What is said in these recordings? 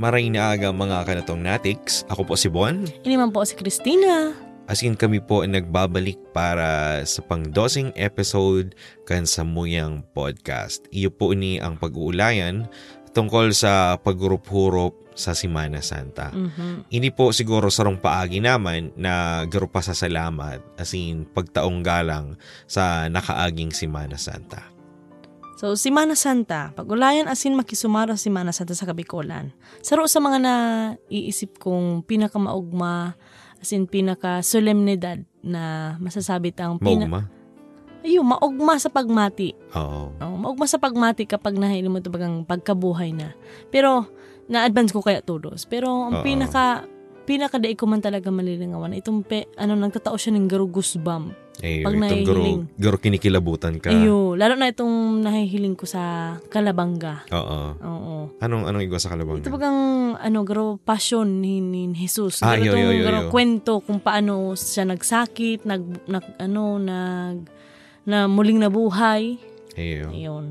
Maray na aga mga kanatong natiks. Ako po si Bon. Ini man po si Christina. As in kami po ay nagbabalik para sa pangdosing episode kan sa Muyang Podcast. Iyo po ni ang pag-uulayan tungkol sa pagrup-hurup sa Simana Santa. Mhm. Ini po siguro sarong paagi naman na grupa sa salamat as in pagtaong galang sa nakaaging Simana Santa. So, Simana Santa. Pagulayan asin makisumaro Simana Santa sa Kabikolan. Saro sa mga na iisip kong pinakamaugma, asin pinaka-solemnidad na masasabi tang pina- Maugma? Ayun, maugma sa pagmati. Oo. Oh, maugma sa pagmati kapag nahilo mo ito bagang pagkabuhay na. Pero, na-advance ko kaya tulos. Pero, ang Oo. pinaka, pinaka daig ko man talaga malilingawan, itong pe, ano, nagtatao siya ng garugus bump. Eh, Pag itong guro, nahihiling. guro kinikilabutan ka. Ayun, lalo na itong nahihiling ko sa Kalabanga. Oo. Oo. Anong, anong igwa sa kalabang? Ito bagang, ano, garo passion ni, ni Jesus. Ah, Garo yo, yo, itong yo, garo yo. kwento kung paano siya nagsakit, nag, nag ano, nag, na muling nabuhay. Ayun. Ayun.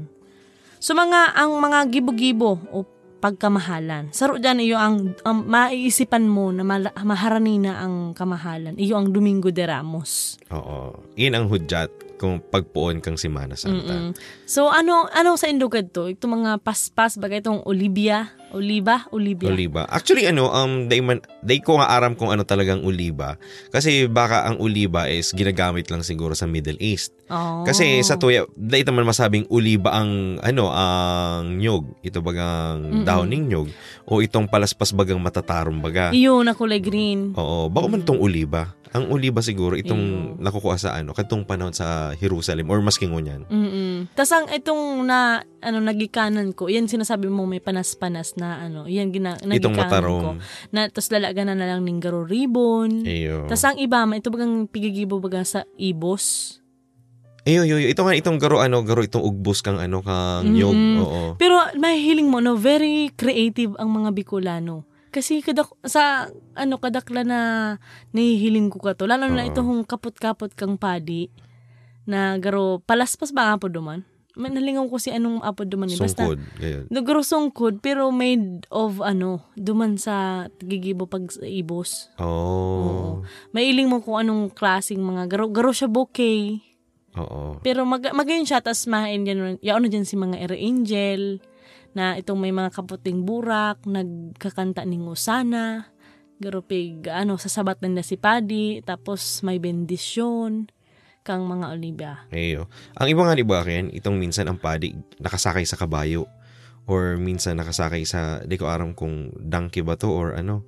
So mga ang mga gibo-gibo o pagkamahalan. Saro dyan iyo ang, ang maiisipan mo na mala- maharani na ang kamahalan. Iyo ang Domingo de Ramos. Oo. Iyan ang hudyat kung pagpuon kang Simana Santa. Mm-mm. So ano ano sa Indogad to? Ito mga paspas bagay itong Olivia, Oliva, Olivia. Oliba. Actually ano, um day man day ko nga aram kung ano talagang uliba kasi baka ang uliba is ginagamit lang siguro sa Middle East. Oh. Kasi sa tuya, day naman masabing uliba ang ano, ang nyog, ito bagang Mm-mm. dahon ng nyog o itong palaspas bagang matatarong baga. Iyo na Mm. kulay green. Oo, baka man tong uliba. Ang uliba siguro itong Ayun. nakukuha sa ano, katong panahon sa Jerusalem or maski ngunyan. Mm-mm. Tas ang itong na ano nagikanan ko, yan sinasabi mo may panas-panas na ano, yan gina, Itong nagikanan ko. matarong. Na tas lalagan na lang ng garo ribbon. Iyo. Tapos ang iba, ma- ito bagang pigigibo baga sa ibos. Ayo, ayo, ayo. Ito nga, itong garo, ano, garo, itong ugbos kang, ano, kang nyog. Mm-mm. Oo. Pero mahihiling mo, no, very creative ang mga Bicolano. Kasi kada, sa ano kadakla na nahihiling ko ka to. Lalo na Oo. ito hong kapot-kapot kang padi na garo palaspas ba ang apod duman? May nalingaw ko si anong apod duman ni Ano, basta. Sungkod. Ganyan. Nagro sungkod pero made of ano, duman sa gigibo pag sa ibos. Oo. Mailing mo kung anong klaseng mga garo garo siya bouquet. Oo. Pero mag, magayon siya, tas mahain yan, yaon na dyan si mga Air Angel, na itong may mga kaputing burak, nagkakanta ni Ngusana, garupig, ano, sasabat nila si Paddy, tapos may bendisyon, kang mga Olivia. Ayo. Ang iba nga, di ba, Ken, itong minsan ang padi, nakasakay sa kabayo. Or minsan nakasakay sa, di ko aram kung donkey ba to or ano.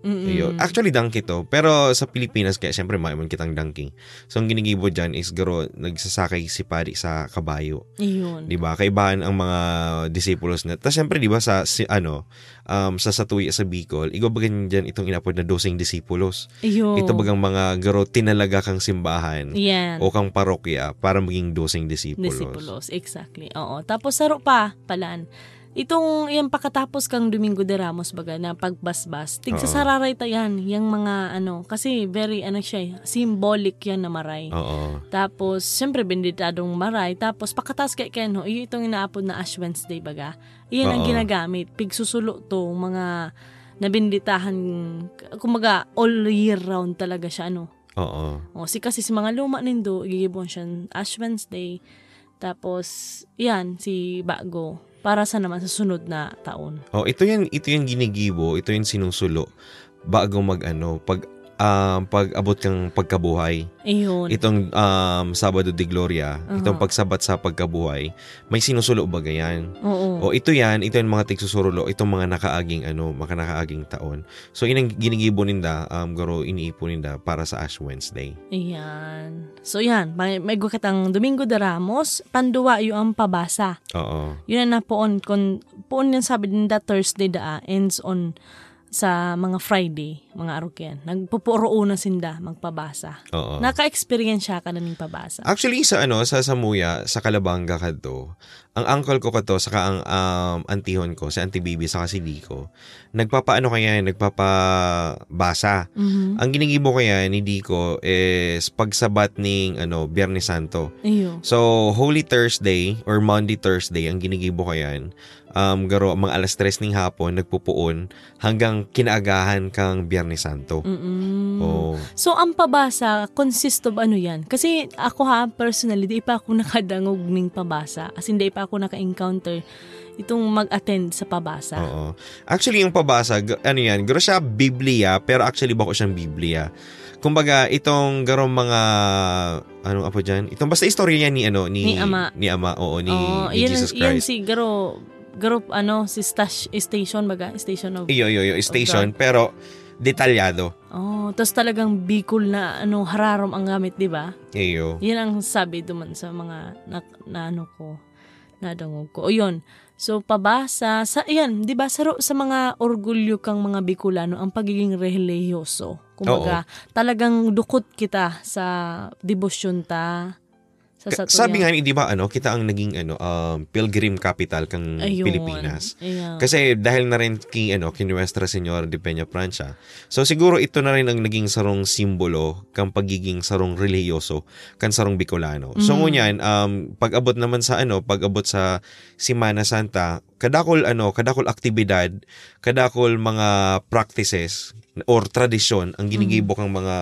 Ayo. Mm-mm. Actually, donkey to. Pero sa Pilipinas, kaya syempre, mayroon kitang donkey. So, ang ginigibo dyan is garo, nagsasakay si padi sa kabayo. Iyon. 'di ba? Kaibahan ang mga disciples na. Tapos syempre 'di ba sa si, ano um, sa Satuya sa Bicol, igo bagan diyan itong inapod na dosing disciples. Iyon. Ito bagang mga garo tinalaga kang simbahan Yan. o kang parokya para maging dosing disciples. Disipulos, exactly. Oo. Tapos saro pa, palan. Itong yan pakatapos kang Domingo de Ramos baga na pagbasbas. Oo. Tigsa sararay ta yan, yung mga ano, kasi very ano siya, eh, symbolic yan na Ah. maray. Oo. Tapos, syempre, benditadong maray. Tapos, pakatas kay Ken, ho, iyo itong inaapod na Ash Wednesday baga. Iyan ang Oo. ginagamit. Pigsusulo to, mga nabinditahan, kumaga, all year round talaga siya, ano, Oo. o, si kasi si mga luma nindo, igigibon siya ng Ash Wednesday. Tapos, yan, si Bago. Para sa naman sa sunod na taon. Oh, ito 'yan, ito 'yung ginigibo, ito 'yung sinusulo bago mag-ano, pag um, pag-abot kang pagkabuhay. Ayun. Itong um, Sabado de Gloria, Aha. itong pagsabat sa pagkabuhay, may sinusulo ba ganyan? Oo. O ito yan, ito yung mga tigsusurulo, itong mga nakaaging ano, mga nakaaging taon. So inang ginigibo ninda, um, garo iniipo ninda para sa Ash Wednesday. Ayan. So, yan. May, may gukatang Domingo de Ramos. Panduwa yung ang pabasa. Oo. Yun ang napoon. Kon, poon yung sabi din da Thursday da ah, ends on sa mga Friday, mga arukyan. Nagpupuro na sinda magpabasa. Oo. Naka-experience siya ka na ng pabasa. Actually sa ano, sa Samuya, sa Kalabanga kadto, ang uncle ko kato, saka ang um, antihon ko, si Auntie Bibi, saka si Dico, nagpapaano kaya, nagpapabasa. Mhm. Ang ginigibo kaya ni Dico is pagsabat ning ano, Biyernes Santo. Iyo. So, Holy Thursday or Monday Thursday, ang ginigibo ko yan, um, garo, mga alas 3 ng hapon, nagpupuon, hanggang kinaagahan kang Biyernes Santo. Mm-mm. Oo. So, ang pabasa, consist of ano yan? Kasi ako ha, personally, di pa ako nakadangog ng pabasa. As in, di pa ako naka-encounter itong mag-attend sa pabasa. Oo. Actually, yung pabasa, g- ano yan, garo siya Biblia, pero actually bako siyang Biblia. Kumbaga, itong garo mga, anong apo dyan? Itong basta istorya niya ni, ano, ni, Ni Ama. Ni Ama, oo, Oh, ni, Oo, ni yan- Jesus yan Christ. si Garo, Garo, ano, si Stash, Station, baga? Station of... Iyo, iyo, iyo, station, pero detalyado. Oh, tapos talagang Bicol na ano, hararom ang gamit, di ba? Iyo. Yan ang sabi duman sa mga na, na ano ko, nadangog ko. O yun, so pabasa, sa, yan, di ba, saro sa mga orgulyo kang mga Bicolano, ang pagiging religyoso. Kumbaga, talagang dukot kita sa debosyon ta. Sa Ka- satuyan. Sabi nga ni, di ba ano, kita ang naging ano, um, pilgrim capital kang Ayun. Ah. Pilipinas. Ayan. Kasi dahil na rin kay, ano, kay Nuestra Senora de Peña Francia. So siguro ito na rin ang naging sarong simbolo kang pagiging sarong reliyoso kan sarong Bicolano. So Mm. ngunyan, um, pag abot naman sa ano, pag abot sa Semana Santa, kadakol ano, kadakol aktibidad, kadakol mga practices or tradisyon ang Mm-hmm. ginigibo kang mga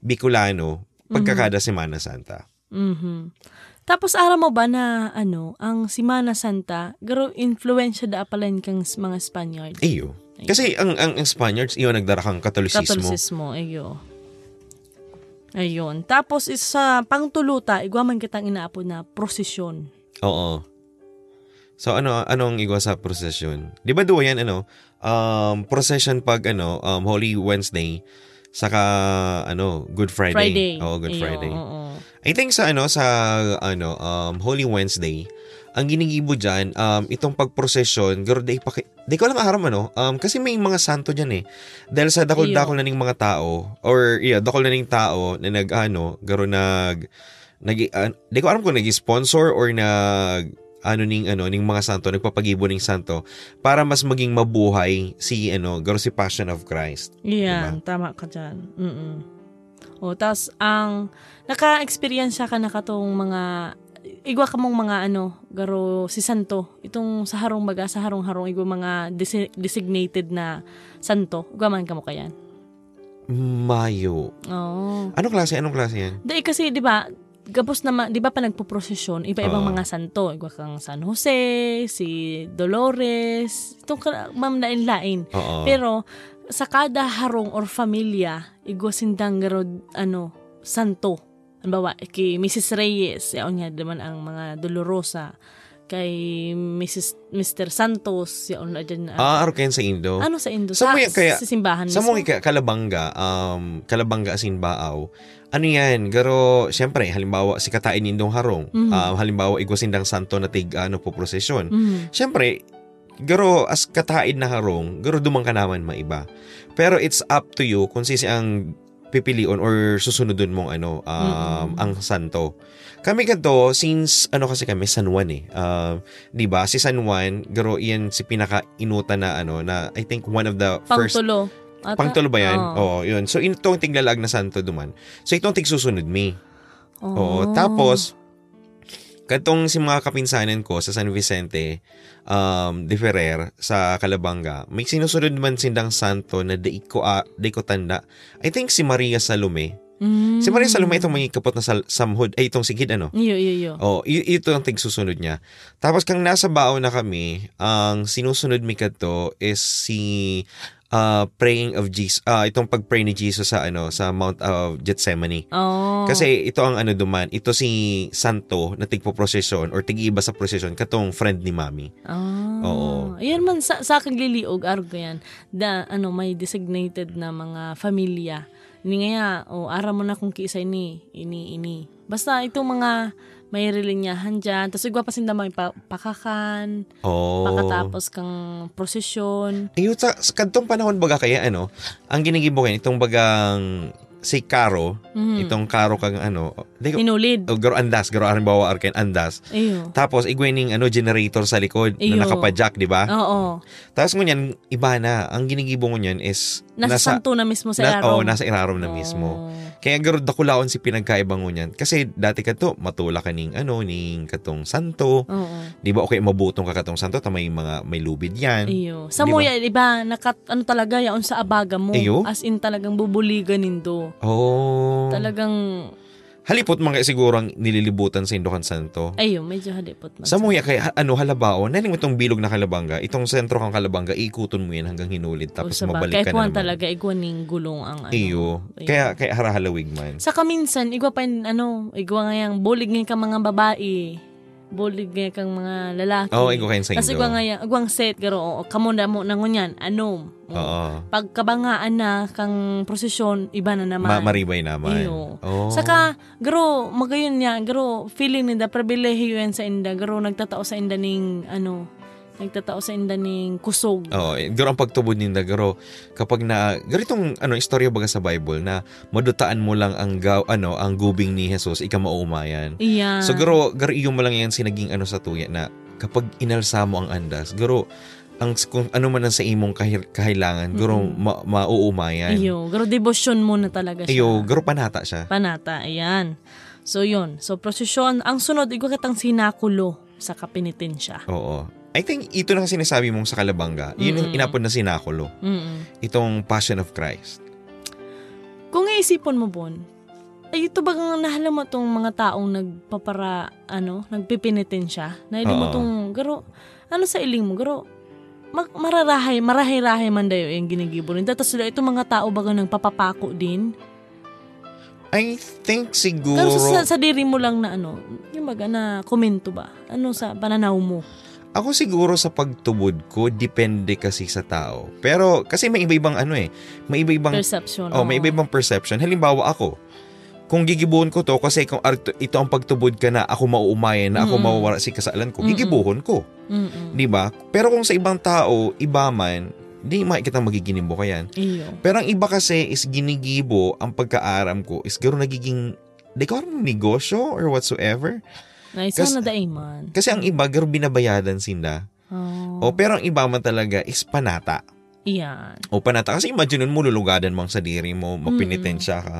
Bicolano pagkakada Semana Santa. Mhm. Tapos alam mo ba na ano, ang Simana Santa, garo influensya da apalan kang s- mga Spaniard. Iyo. Kasi ang, ang, ang Spaniards, iyo nagdarakang katolisismo. Katolisismo, ayo. Ayun. Tapos isa pangtuluta, igwaman kitang inaapo na prosesyon. Oo. So ano anong igwa sa procession? 'Di ba duwa yan ano? Um procession pag ano um Holy Wednesday saka ano Good Friday. Friday. Oo, Good Ayun, Friday. oo. I think sa ano sa ano um Holy Wednesday ang ginigibo diyan um itong pagprosesyon pero di, paki- di ko lang aram ano um, kasi may mga santo diyan eh dahil sa dakol-dakol na ning mga tao or yeah dakol na ning tao na nag ano garo nag nag uh, di ko alam kung nag-sponsor or nag ano ning ano ning mga santo nagpapagibo ning santo para mas maging mabuhay si ano garo si Passion of Christ. Diba? Yan, tama ka dyan. Mm-mm. O, tas ang naka-experience ka na katong mga igwa ka mong mga ano, garo si santo. Itong sa harong baga, sa harong-harong igwa mga desi- designated na santo. Igwaman ka mo kayan. Mayo. Oo. Anong klase anong klase yan? Dahil kasi, di ba, gabos naman, di ba pa nagpo-prosesyon, iba-ibang Oo. mga santo. Igwa kang San Jose, si Dolores, itong ka- ma'am lain-lain. Oo. Pero, sa kada harong or familia, igwa sindang garod, ano, santo. Halimbawa, kay Mrs. Reyes, yaon nga naman ang mga Dolorosa. Kay Mrs. Mr. Santos, yaon na dyan. na- Ah, araw kayo sa Indo. ano sa Indo? Sa Sa, mga- kaya- sa simbahan Sa mismo? mga ka- Kalabanga, um, Kalabanga as in Baaw, ano yan, garo, syempre, halimbawa, si Katain Indong Harong, Mhm. um, halimbawa, Igwasindang Santo na tig, ano, po prosesyon. Mhm. Syempre, garo, as katain na harong, garo dumang ka naman maiba. Pero it's up to you kung sisi ang pipilion or susunodun mong ano um, Mm-mm. ang santo. Kami kanto since ano kasi kami San Juan eh. Um, 'di ba? Si San Juan, garo iyan si pinaka inuta na ano na I think one of the first Pangtulo. Ata? Pangtulo ba yan? Oo. Oo, yun. So, itong tiglalag na santo duman. So, itong tigsusunod me. Oh. Oo. Oo. Tapos, katong si mga kapinsanan ko sa San Vicente um, de Ferrer sa Calabanga, may sinusunod man sindang santo na di ko, ah, di ko tanda. I think si Maria Salome. Mm. Si Maria Salome itong may kapot na sal- samhod. Ay, itong sigid ano? Iyo, iyo, iyo. Oh, i- ito ang tigsusunod niya. Tapos kang nasa bao na kami, ang sinusunod mi kadto is si ah, praying of Jesus, ah, itong pagpray ni Jesus sa ano sa Mount of Gethsemane. Oo. Kasi ito ang ano duman, ito si santo na tigpo-procession or tigiiba sa procession katong friend ni Mami. Ah. Oo. Ayan man, sa, sa akin liliog, araw ko yan. Da, ano, may designated na mga familia. Ini nga, o ara mo na kung kiisa ini, ini, ini. Basta itong mga may rilinyahan dyan. Tapos igwa pa sinda may pa- pakakan, Oh. pakatapos kang prosesyon. Ayun, sa, sa kadtong panahon baga kaya ano, ang ginigibo kayo, itong bagang si Caro, Mhm. itong Caro kang ano, di ko, Inulid. oh, garo andas, garo arin bawa arken andas. Iyo. Tapos igwining ano generator sa likod Iyo. na Ah. nakapajack, di ba? Oo. Tapos ngunyan, iba na. Ang ginigibo ko niyan is Nasa, santo na mismo sa Oh. na- araw. oo, nasa Irarom na mismo. Oo. Kaya garod ako laon si pinagkaiba ko niyan. Kasi dati ka to, matula ka ning ano, ning katong santo. Oo. Di ba okay, mabutong ka katong santo, ta may mga, may lubid yan. Iyo. Sa mo yan, iba, nakat, ano talaga, yaon sa abaga mo. Iyo? As in talagang bubuligan nindo. Oo. Talagang, Oh. Halipot mga siguro ang nililibutan sa Indokan Santo. ayo, medyo halipot man. Sa muya kay ha- ano halabaon, naning mo itong bilog na kalabanga, itong sentro kang kalabanga, ikuton mo yan hanggang hinulid O tapos sa bagay. mabalik ka Oh, Kahit na kuwan naman. talaga, igwan ning gulong ang ano. Iyo. Iyo. Kaya, kaya harahalawig man. Sa kaminsan, igwa pa yun, ano, igwa nga yung bulig nga kang mga babae. Bulig nga kang mga lalaki. Oo, igwa kayo sa Tapos Indo. igwa nga yung, igwa ang set, garo, oo, kamo na mo, nangunyan, anom. Oo. Pagkabangaan na kang prosesyon, iba na naman. Ma- maribay naman. Iyo. Oo. Saka, garo, magayon niya, garo, feeling ninda, pribilehiyo yan sa inda, garo, nagtatao sa inda ning, ano, nagtatao sa inda ning kusog. Oo, eh, garo ang pagtubod ni Nagaro kapag na garitong ano istorya baga sa Bible na madutaan mo lang ang gaw, ano ang gubing ni Jesus ika maumayan. Iya. So garo garo iyo mo lang yan sinaging ano sa tuya na kapag inalsa mo ang andas, garo ang s- kung ano man ang sa imong kahir, kahilangan, garo Mm-mm. ma, mauumayan. Iyo, garo, devotion mo na talaga siya. Iyo, garo panata siya. Panata, ayan. So yun, so prosesyon, ang sunod, igwa katang sinakulo sa kapinitin siya. Oo. I think ito na ang sinasabi mong sa Kalabanga. Yun yung Mm-mm. inapon na sinakulo. Mm-mm. Itong Passion of Christ. Kung iisipon mo, Bon, ay ito ba nga nahala mo tong mga taong nagpapara, ano, nagpipinitin siya? Nahiling mo Oo. tong, garo, ano sa iling mo, garo, mag, mararahay, marahay-rahay man dayo yung ginigibon. Tapos sila, itong mga tao ba nga nang papapako din? I think siguro... Pero sa, sa diri mo lang na ano, yung baga na komento ba? Ano sa pananaw mo? Ako siguro sa pagtubod ko, depende kasi sa tao. Pero kasi may iba-ibang ano eh. May iba-ibang, Perception. ano? oh, may oo. iba-ibang perception. Halimbawa ako, kung gigibuhon ko to, kasi kung art- ito ang pagtubod ka na ako mauumayan, na ako Mm-mm. mawawara si kasalan ko, Mm-mm. gigibuhon ko. Mm-mm. Di ba? Pero kung sa ibang tao, iba man, di makikita magiginim mo kayan. Iyo. Pero ang iba kasi is ginigibo ang pagkaaram ko is gano'n nagiging di ko alam, negosyo or whatsoever. Na isa Kas- na daiman. Kasi ang iba, gano'n binabayadan sila. O Oh, pero ang iba man talaga is panata. Iyan. O panata. Kasi imagine nun mo, lulugadan mo ang sadiri mo, mapinitensya ka.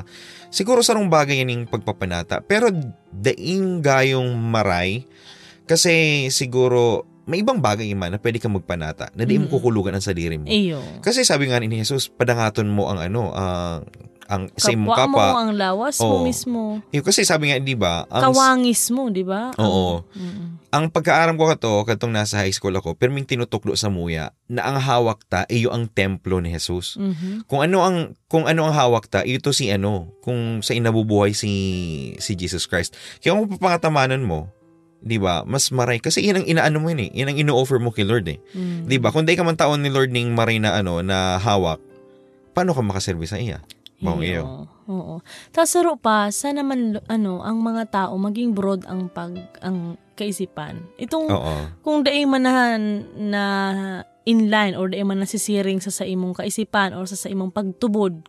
Siguro sarong bagay yan yung pagpapanata. Pero daing gayong maray, kasi siguro may ibang bagay man na pwede kang magpanata na di mo Mm-mm. Eh kukulugan ang sadiri mo. Iyo. Kasi sabi nga ni Jesus, padangaton mo ang ano, ang ang sa imong Kapwa mo kapwa. ang lawas Oo. mo mismo. Eh, kasi sabi nga, di ba, ang, Kawangis mo, di ba? Oo. Ang- Mm-mm. ang pagkaaram ko kato, katong nasa high school ako, pirming tinutuklo sa muya, na ang hawak ta, iyo ang templo ni Jesus. Mhm. Kung ano ang kung ano ang hawak ta, ito si ano, kung sa inabubuhay si si Jesus Christ. Kaya kung papangatamanan mo, 'di ba? Mas maray kasi yan ang inaano mo yun eh. Yan ang ino-offer mo kay Lord eh. Mm. 'Di ba? Kung di ka man taon ni Lord ning maray na ano na hawak, paano ka makaserbi sa iya? Bang Iyo. iyo. Oo. Tapos saro pa, sana man, lo- ano, ang mga tao maging broad ang pag, ang kaisipan. Itong, Oo. kung daing manahan na inline or daing man nasisiring sa sa imong kaisipan or sa sa imong pagtubod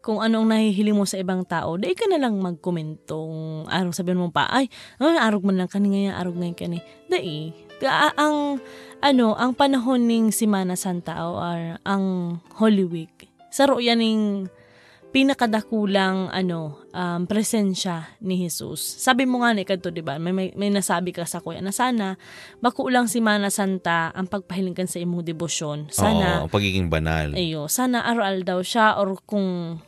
kung anong nahihili mo sa ibang tao, dai ka na lang magkomentong arog sabihin mo pa, ay, ay arog man lang kani ngayon, arog ngayon kani. Dai, ka- ang, ano, ang panahon ning Semana Santa or ang Holy Week, saro yan ning pinakadakulang ano um, presensya ni Jesus. Sabi mo nga ni kadto 'di ba? May, may, may nasabi ka sa kuya na sana bakulang si Mana Santa ang pagpahilingkan sa imong debosyon. Sana Oo, ang pagiging banal. Mm. Ayo, sana aral daw siya or kung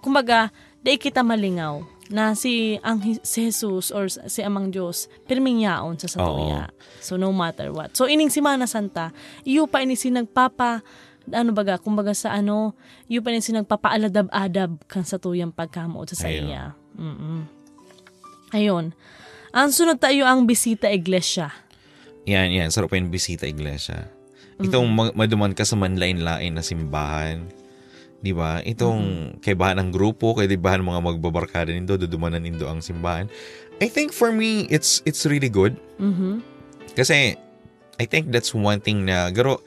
kumbaga di kita malingaw na si ang Hi- si Jesus or si amang Dios pirming yaon sa satuya. So no matter what. So ining Semana Santa, iyo pa ini si nagpapa ano baga, kumbaga sa ano, iyo pa ini si nagpapaaladab-adab kan sa tuyang pagkamuot sa sa Ayo. iya. Mm-mm. Ayun. Ang sunod tayo ang bisita iglesia. Yan, yan. Sarap yung bisita iglesia. Itong ma- maduman ka sa manlain-lain na simbahan. Di ba? Itong kaibahan ng grupo, kaibahan mga magbabarkada nindo, dudumanan nindo ang simbahan. I think for me, it's it's really good. Mhm. Kasi, I think that's one thing na, garo,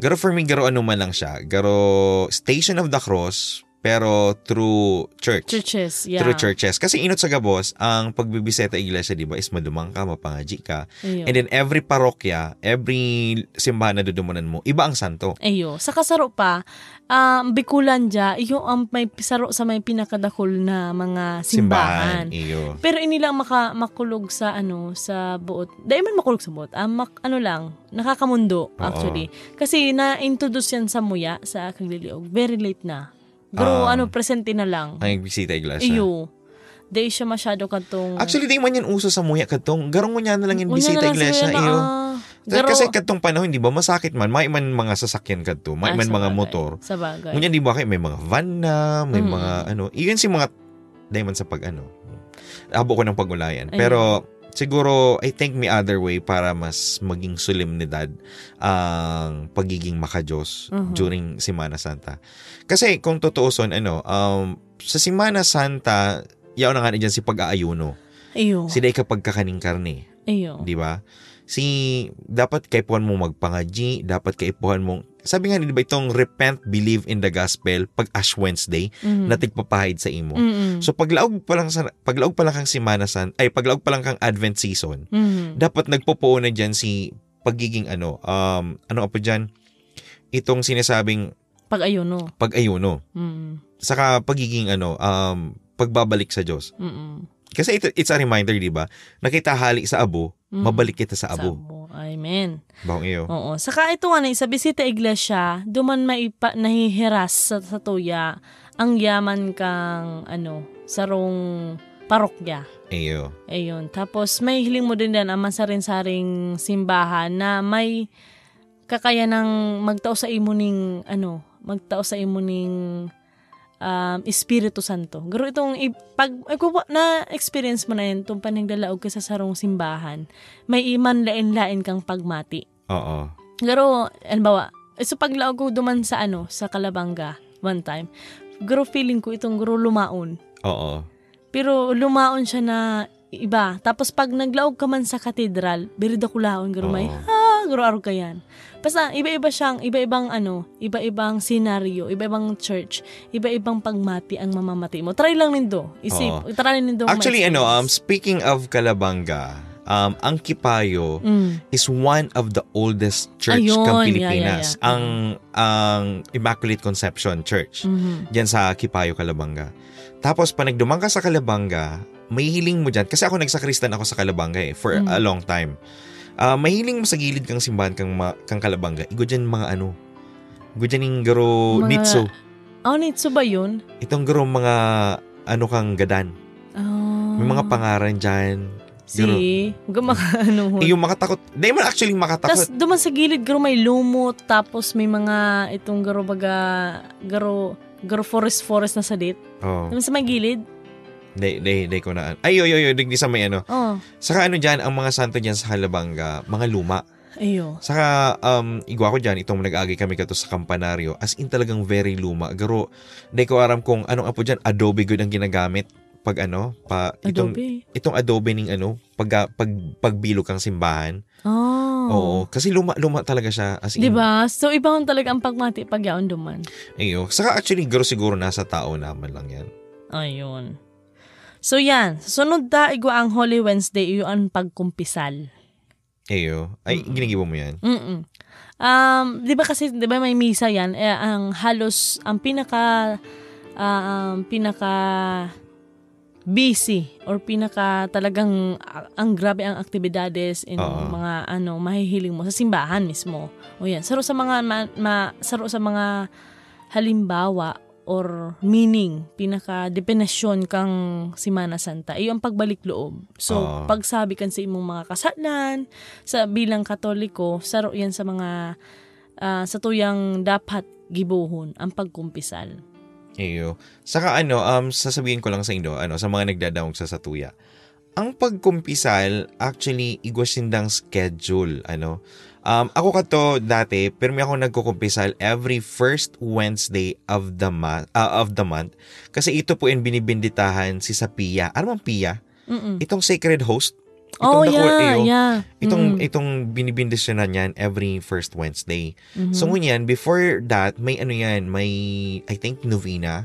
garo for me, garo ano man lang siya. Garo, Station of the Cross, pero through church. Churches, yeah. Through churches. Kasi inot sa gabos, ang pagbibisita iglesia, di ba, is madumang ka, mapangaji ka. Ayo. And then every parokya, every simbahan na dudumanan mo, iba ang santo. Ayo. Sa kasaro pa, um, Bikulan dya, iyo ang may pisaro sa may pinakadakol na mga simbahan. Iyo. Pero inilang maka, makulog sa ano sa buot. Dahil man makulog sa buot. Ah, mak, ano lang, nakakamundo actually. Kasi na-introduce yan sa muya sa Kagliliog. Very late na. Pero Ah. ano, presente na lang. Ang bisita iglesia. Iyo. Dahil siya masyado katong... Actually, di man yan uso sa muya. Katong, garong mo niya na lang yung Una na bisita lang iglesia. siguro na, Iyo. ah, Pero, garo- kasi katong panahon, di ba, masakit man. May man mga sasakyan kadto. May Ah, man sa mga bagay. motor. Sa bagay. Ngunyan, di ba, kay may mga van na, may Mm. mga ano. Iyon si mga, dahil man sa pag ano. Abo ko ng pagulayan. Pero, siguro, I think may other way para mas maging solemnidad ang pagiging makajos Mhm. during Semana Santa. Kasi, kung tutuuson, ano, um, sa Semana Santa, yaw na nga na dyan si pag-aayuno. Iyo. Sila ay kapag kakaning karne. Iyo. Di ba? Si, dapat kaipuhan mong magpangaji, dapat kaipuhan mong, sabi nga, di ba itong repent, believe in the gospel, pag Ash Wednesday, Mm. na tigpapahid sa imo. Mm-mm. So, paglaog pa lang, sa, paglaog pa lang kang Semana San, ay, paglaog pa lang kang Advent season, Mm. dapat nagpupuo na dyan si pagiging ano, um, ano pa dyan, itong sinasabing Pag ayuno. pag-ayuno, Mm. saka pagiging ano, um, pagbabalik sa Diyos. Mm-mm. Kasi ito, it's a reminder, di ba? Nakita hali sa abo, Mm. Oh. mabalik kita sa Sa abo. abo. Amen. Bawang iyo. Oo. Saka ito nga na, sa bisita iglesia, duman maipa, nahihiras sa, sa tuya ang yaman kang, ano, sarong parokya. Iyo. Ayun. Tapos, may hiling mo din din ang masarin-saring simbahan na may kakaya ng magtao sa imo ning, ano, magtao sa imo ning um, Espiritu Santo. Garo itong, i- pag, ay, kuwa- na-experience mo na yun, itong panagdalaog ka sa sarong simbahan, may iman lain-lain kang pagmati. Oo. Pero, alimbawa, so paglaog ko duman sa ano, sa Kalabanga, one time, gro feeling ko itong gro lumaon. Oo. Pero lumaon siya na iba. Tapos pag naglaog ka man sa katedral, birida ko laon, gro may, Oo. ha, gro araw ka yan. Basta, iba-iba siyang, iba-ibang ano, iba-ibang senaryo, iba-ibang church, iba-ibang pagmati ang mamamati mo. Try lang nindo. Isip, Oo. try nindo. Actually, ano, um, ma-experience. speaking of Kalabanga, um, ang Kipayo Mm. is one of the oldest church Ayun, ng yeah, Pilipinas. yeah, yeah. Ang, ang Immaculate Conception Church. mhm. Diyan sa Kipayo, Kalabanga. Tapos, pag nagdumang ka sa Kalabanga, may hiling mo dyan. Kasi ako nagsakristan ako sa Kalabanga eh, for Mm. a long time. Ah, may hiling mo sa gilid kang simbahan kang, ma- kang Kalabanga. Igo dyan mga ano. Igo dyan yung garo Mga- nitso. Oh, nitso ba yun? Itong garo mga ano kang gadan. Oh. May mga pangaran dyan. Ah, Si, gumakano. Eh, yung makatakot, di man actually Tapos makatakot. duman sa gilid, garo may lumot, tapos may mga itong garo baga, garo, garo forest forest na salit. oh, Duman sa may gilid. di, di, di ko na. Ay, oy, oy, oy, di sa may ano. Oh, Saka ano dyan, ang mga santo dyan sa Halabanga, mga luma. ayo. Saka, um, igwa ko dyan, itong nag-agi kami kato sa kampanaryo, as in talagang very luma. Garo, di ko aram kung anong apo dyan, adobe good ang ginagamit pag ano, pa, itong, Adobe. itong adobe ning ano, pag, pag, pagbilog ang simbahan. Oo, Oh. kasi luma, luma talaga siya. As in, 'Di ba? Diba? So ibang talaga ang pagmati pag yaon duman. Ayo. Saka actually, garo siguro nasa tao naman lang yan. Ayun. So yan, sunod da igwa ang Holy Wednesday iyo ang pagkumpisal. Ayo. Ay, Mm-mm. ginigibo mo yan. Mm. Um, 'di ba kasi 'di ba may misa yan, eh, ang halos ang pinaka ah, ang pinaka busy or pinaka talagang ah, ang grabe ang aktibidades in Oo. mga ano mahihiling mo sa simbahan mismo. O yan, saro sa mga ma, ma- saro sa mga halimbawa or meaning, pinaka depenasyon kang Simana Santa, iyo ang pagbalik loob. So, Oo. pagsabi kan sa imong mga kasalanan, sa bilang katoliko, saro yan sa mga ah, sa tuyang dapat gibuhon ang pagkumpisal. Iyo. Saka ano, um, sasabihin ko lang sa inyo, ano, sa mga nagdadaong sa satuya. Ang pagkumpisal, actually, igwasindang schedule, ano. Um, ako kato dati, pero may ako nagkukumpisal every first Wednesday of the month, ah, of the month. Kasi ito po yung binibinditahan si sa Pia. Ano mang Pia? Mm-mm. Itong sacred host. Itong Oh, the yeah, Oreo, yeah. Itong, Mm. itong binibindis na niyan every first Wednesday. Mhm. So ngunyan, before that, may ano yan, may, I think, novena.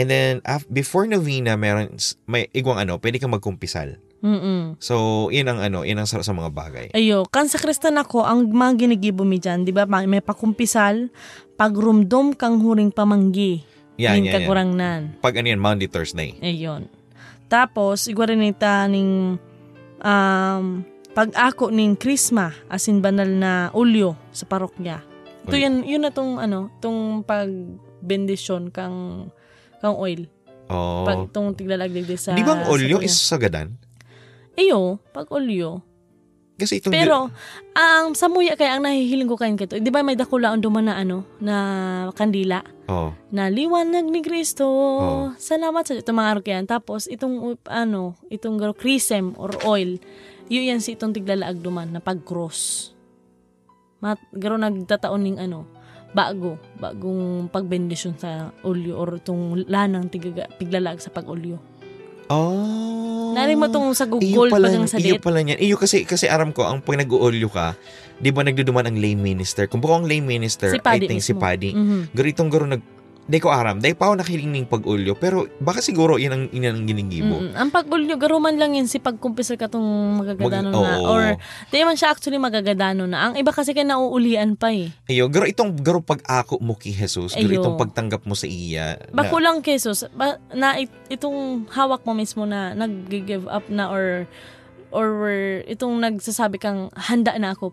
And then, af- before novena, meron, s- may igwang ano, pwede kang magkumpisal. Mm-mm. So, yun ang ano, yun ang sarap sa mga bagay. Ayo, kan sa Kristan ako, ang mga ginigibo mi dyan, di ba, may may pakumpisal, pagrumdom kang huring pamanggi, Yan, yan, yan. nin kagurangnan. Pag ano yan, Monday, Thursday. Ayon. Tapos, igwa rin ita ning um, pag-ako ning Krisma, as in banal na ulyo sa parokya. Ito Oil. yun, yun na tong, ano, tong pagbendisyon kang kang oil. Oh. Pag tong tiglalagdag di sa... Di ba ang sa olyo tuyo. is sagadan? Ayo, pag olyo. Kasi itong... Pero, ang samuya kaya ang nahihiling ko kain kito, di ba may dakula ang duman na ano, na kandila, oh. na liwanag ni Kristo, Oo. salamat sa itong mga araw kaya. Tapos, itong, uh, ano, itong garo- crisem or oil, yun yan si itong tiglalaag duman na pag-cross. Mat, garo nagtataon ning ano, bago, bagong pagbendisyon sa ulyo or itong lanang tigaga, tiglalaag sa pag-ulyo. Oh. Nari mo itong sa Iyo Google pala, pagang sa iyo date. pala niyan. Iyo kasi, kasi aram ko, ang pag nag-uolyo ka, di ba nagduduman ang lay minister? Kung baka ang lay minister, Si Paddy I think si mismo. Paddy. Mhm. Garitong garo nag... Di ko aram. Di pa ako nakiling ng pag-ulyo. Pero baka siguro yan ang, yan ang ginigibo. Mm-mm. Mhm. Ang pag-ulyo, garuman lang yun si pagkumpisa ka tong magagadano Mag- na. oo. Or, di man siya actually magagadano na. Ang iba kasi kaya nauulian pa eh. Ayo, garo itong garo pag-ako mo kay Jesus. Garo Ayo. itong pagtanggap mo sa iya. na- Bakulang kesos, ba, na it- itong hawak mo mismo na nag-give up na or or itong nagsasabi kang handa na ako,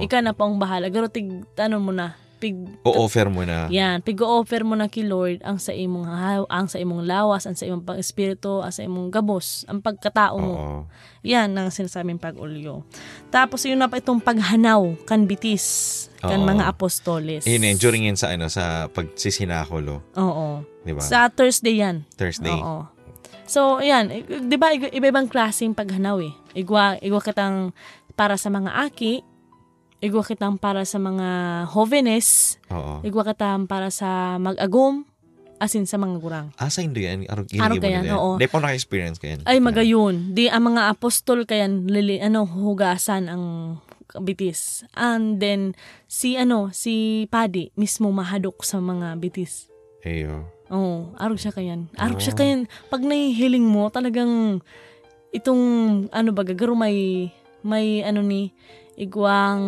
Oo. Ika na pang bahala. Garo tig, ano mo na, pig, o-offer mo na. Yan, pigo-offer mo na kay Lord ang sa imong haw- ang sa imong lawas, ang sa imong pang-espiritu, ang sa imong gabos, ang pagkatao mo. Oo. Yan ang sinasabing pag-ulyo. Tapos yun na pa itong paghanaw, kan bitis, kan Oo. mga apostoles. Yun eh, during yan sa ano, sa pagsisinakulo. Oo. Di ba? Sa Thursday yan. Thursday. Oo. So, yan. I- Di ba, iba- iba-ibang klaseng paghanaw eh. Igwa, igwa kitang para sa mga aki, igwa kitang para sa mga jóvenes, Oo. igwa kitang para sa mag-agum, as in sa mga gurang. Ah, sa Indo yan? Araw, Araw ginigibo kayan, nila yan? oo. Di pa ako naka-experience ko yan. Ay, magayon. Di ang mga apostol kayan lili, ano, hugasan ang bitis. And then, si ano, si Paddy mismo mahadok sa mga bitis. Ayo. Oo, arog siya kayan. Arog siya Oh. kayan. Pag nahihiling mo, talagang itong, ano ba, gagaro may, may ano ni, igwang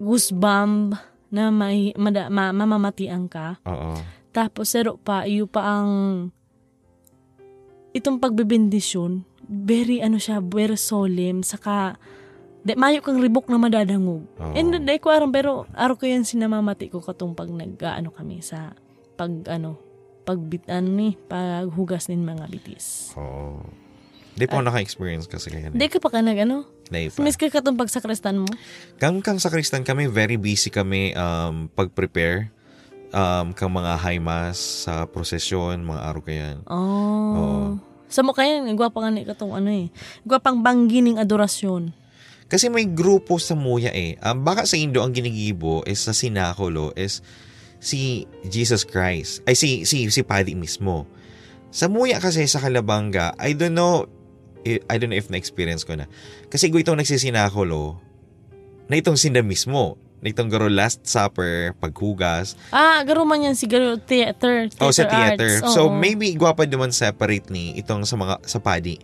goosebump na may, mada, ma, mamamatian ka. Oo. Tapos, sero pa, iyo pa ang... Itong pagbebendisyon, very ano siya, very solemn, saka... De, mayo kang ribok na madadangog. Oo. And dahil ko aram, pero araw ko yan sinamamati ko katong pag nag, ano kami, sa pag, ano, pagbit, ano ni, paghugas nin mga bitis. Oo. Di pa ako naka-experience kasi eh. kaya na. Hindi ka pa ka nag, ano? Di pa. Miss ka katong pagsakristan mo? Kang, kang sa Kristan kami, very busy kami um, pag-prepare um, kang mga high mass sa prosesyon, mga araw kayan. Oo. Oh. Sa mukha yan, gwapa nga ni katong ano eh. Gwapang banggining adorasyon. Kasi may grupo sa Muya eh. Um, baka sa Indo ang ginigibo is sa Sinakolo is si Jesus Christ. Ay si si si Paddy mismo. Sa Muya kasi sa Kalabanga, I don't know I I don't know if na-experience ko na. Kasi ko itong nagsisinakolo na itong sinda mismo. Na itong garo last supper, paghugas. Ah, garuman yan si Garo Theater. o Oh, sa theater. Arts, So oo. maybe gwapa naman separate ni itong sa mga sa Paddy.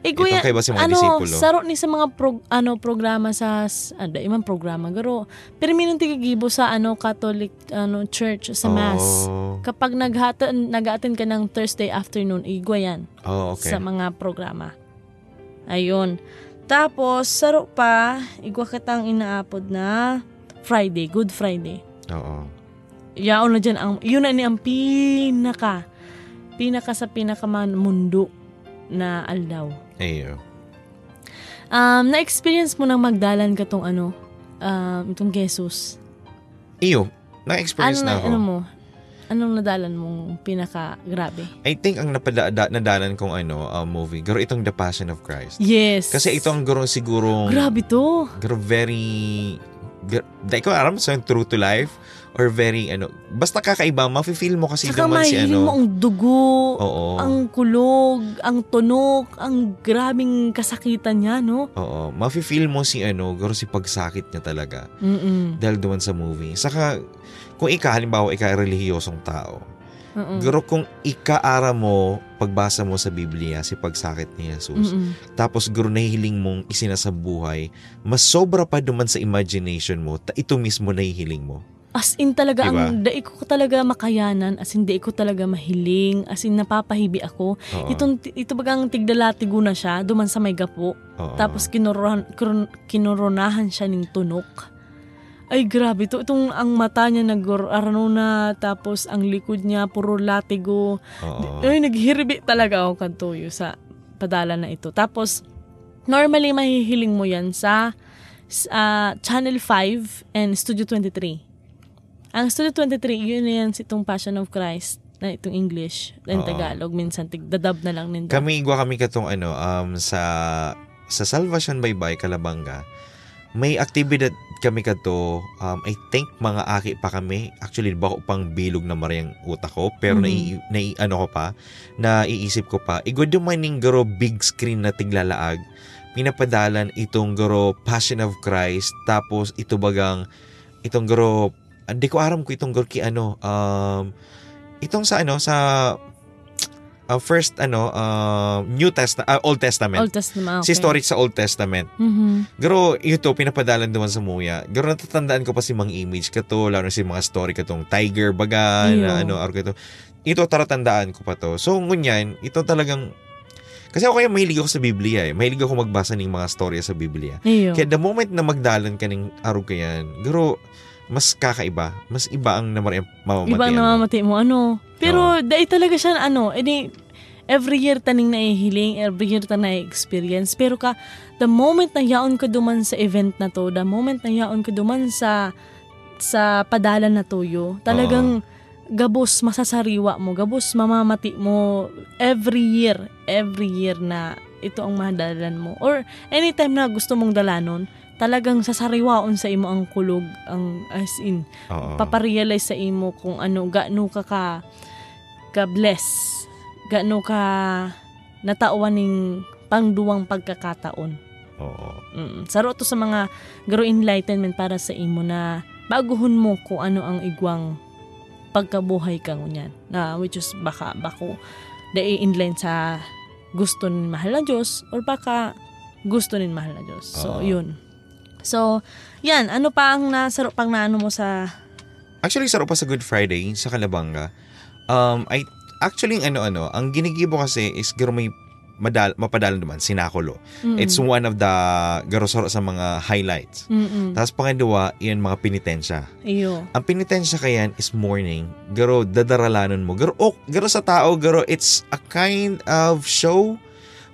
Eh, Itong kuya, kay ba sa mga ano, disipulo? saro ni sa mga prog- ano, programa sa, ano, imang programa, garo. Pero minang tigagibo sa, ano, Catholic, ano, church, sa mass. Oh, Kapag naghata, nag-attend ka ng Thursday afternoon, eh, igwa yan oh okay. sa mga programa. Ayun. Tapos, saro pa, igwa katang inaapod na Friday, Good Friday. Oo. yaon na dyan ang, yun na ni ang pinaka, pinaka sa pinakaman mundo na aldaw. Ayo. Um, na-experience mo nang magdalan ka tong ano, um, itong Jesus. Iyo, na-experience Ano, na na, ako. ano mo? Anong nadalan mong pinaka-grabe? I think ang napadada, nadalan kong ano, uh, movie, garo itong The Passion of Christ. Yes. Kasi ito ang garo sigurong, Grabe to. garo very, garo, di ko alam, so true to life, or very ano, basta kakaiba, mafe-feel mo kasi Saka naman si mahilig ano. mo ang dugo, Oo. ang kulog, ang tunok, ang grabing kasakitan niya, no? Oo, mafe-feel mo si ano, garo si pagsakit niya talaga Mm-mm. dahil doon sa movie. Saka kung ika halimbawa ika relihiyosong tao, Mm-mm. garo kung ikaara mo pagbasa mo sa Biblia si pagsakit ni Jesus. Mm-mm. Tapos guro nahihiling mong isinasabuhay, mas sobra pa duman sa imagination mo, ta ito mismo nahihiling mo. As in talaga, Diba? ang daig ko talaga makayanan, as in daig ko talaga mahiling, as in napapahibi ako. Oo, Itong, ito bagang tigdalatigo na siya, duman sa may gapo. oo. Tapos kinuron, kurun- kinurunahan siya ng tunok. Ay grabe to, itong ang mata niya nag-arano na, tapos ang likod niya puro latigo. Oo. Ay, naghirbi talaga ako kantuyo sa padala na ito. Tapos, normally mahihiling mo yan sa s- ah, Channel 5 and Studio 23. Ang Studio 23, yun na yan si itong Passion of Christ na itong English Oo. and Tagalog. Minsan, tigdadab na lang nindot. Kami igwa kami katong ano um sa sa Salvation Baybay Kalabanga. May aktibidad kami kadto um I think mga aki pa kami. Actually bako pang bilog na mariyang utak ko pero Mhm. nai, nai- ano ko pa naiisip ko pa. Igod yung maning garo big screen na tiglalaag. Pinapadalan itong garo Passion of Christ tapos ito bagang itong garo hindi ko aram ko itong garo ki ano um itong sa ano sa uh, first ano uh, New Testament Old Testament Old Testament. si storage sa Old Testament Mhm. Pero ito, pinapadalan naman sa muya. Pero natatandaan ko pa si mga image ka to, lalo na si mga story ka tong Tiger Baga, na Iyo. ano, or ito. Ito, taratandaan ko pa to. So, ngunyan, ito talagang, kasi ako kaya mahilig ako sa Biblia eh. Mahilig ako magbasa ng mga storya sa Biblia. Ayun. Kaya the moment na magdalan ka ng araw ka yan, garo, mas kakaiba. Mas iba ang namari mamamati. Ibang namamati mo, ano. Pero, dahil talaga siya, na ano, edi, every year taning naihiling, every year ta na-experience. Pero ka, the moment na yaon ka duman sa event na to, the moment na yaon ka duman sa, sa padalan na tuyo, talagang, gabos masasariwa mo, gabos mamamati mo every year, every year na ito ang madalan mo. Or anytime na gusto mong dalanon, talagang sasariwaon sa imo ang kulog, ang as in, Oo. paparealize sa imo kung ano gaano ka ka ka bless gaano ka natauwan ning pangduwang pagkakataon Oo. mm. saro to sa mga garo enlightenment para sa imo na baguhon mo kung ano ang igwang pagkabuhay ka ngunyan na which is baka bako dai inline sa gusto nin mahal na Diyos or baka gusto nin mahal na Diyos so Oo. yun so yan ano pa ang nasaro pang naano mo sa Actually, sarap pa sa Good Friday sa Calabanga. Um, I, actually, ang ano-ano, ang ginigibo kasi is garo may madal, mapadalan naman, sinakulo. Mm. It's one of the garo sarap sa mga highlights. Mm-mm. Tapos pangalawa, yan mga penitensya. Iyo. Ang penitensya kayan is mourning. Garo dadaralanon mo. Garo, ok, garo sa tao, garo it's a kind of show.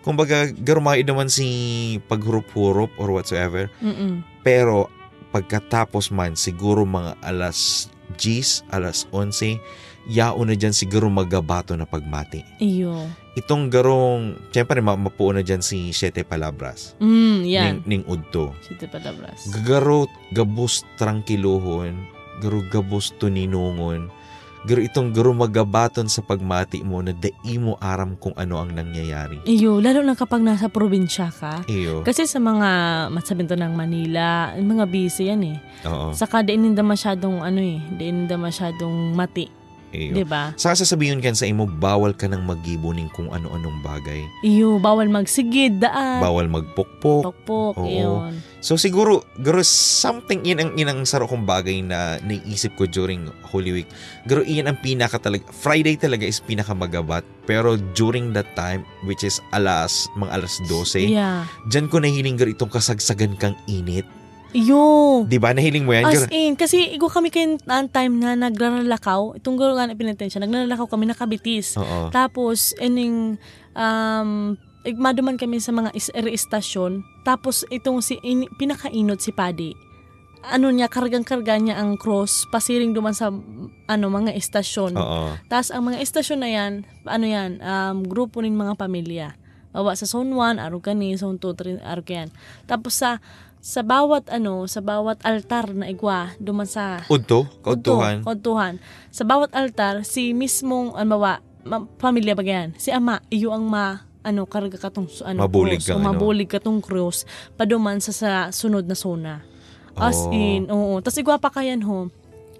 Kumbaga, garo maidaman si paghurup-hurup or whatsoever. Mm-mm. Pero pagkatapos man siguro mga alas 10, alas 11, yaon na dyan siguro magabato na pagmati. Iyo. Itong garong, syempre ma- mapuo na dyan si Siete Palabras. Mm, yan. Ning, ning Udto. Sito palabras. Garo gabos tranquilohon, garo gabos tuninungon, garo itong garo magabaton sa pagmati mo na dai mo aram kung ano ang nangyayari. Iyo, lalo na kapag nasa probinsya ka. Iyo. Kasi sa mga, masabi to ng Manila, yung mga busy yan eh. Oo. Saka diin hindi masyadong ano eh, diin hindi masyadong mati, Iyo. 'di ba? Saka sasabihin kan sa imo, bawal ka nang magibuning kung ano-anong bagay. Iyo, bawal magsigid daan. bawal magpukpok. Pokpok, Oo. iyon. So siguro, garo something in ang inang saro kong bagay na naisip ko during Holy Week. Garo iyan ang pinaka talaga, Friday talaga is pinaka magabat. Pero during that time, which is alas, mga alas 12, Yeah. dyan ko nahiling garo itong kasagsagan kang init. Iyo. Di ba? Nahiling mo yan? As Garo, in, kasi igo kami kayo ang time na naglalakaw, itong guro nga na pinatensya, naglalakaw kami nakabitis. oo. Tapos, ining, um, igmaduman kami sa mga is- er- estasyon. Tapos, itong si, in- pinakainot si Paddy. Ano niya, kargang-karga niya ang cross, pasiring duman sa, ano, mga estasyon. Oo. Tapos, ang mga estasyon na yan, ano yan, um, grupo ng mga pamilya. Bawa sa zone 1, araw ka ni, zone 2, 3, araw ka yan. Tapos sa, sa bawat ano, sa bawat altar na igwa duman sa Udto, kautuhan. Kautuhan. Sa bawat altar, si mismong, ano ba, ma- pamilya ba ganyan? Si ama, iyo ang ma, ano, karga katong, su- ano, Mabulig cross, kang o ano. mabulig katong cross, paduman sa, sa sunod na sona. As Oo. in, oo. Tapos igwa pa kayan ho,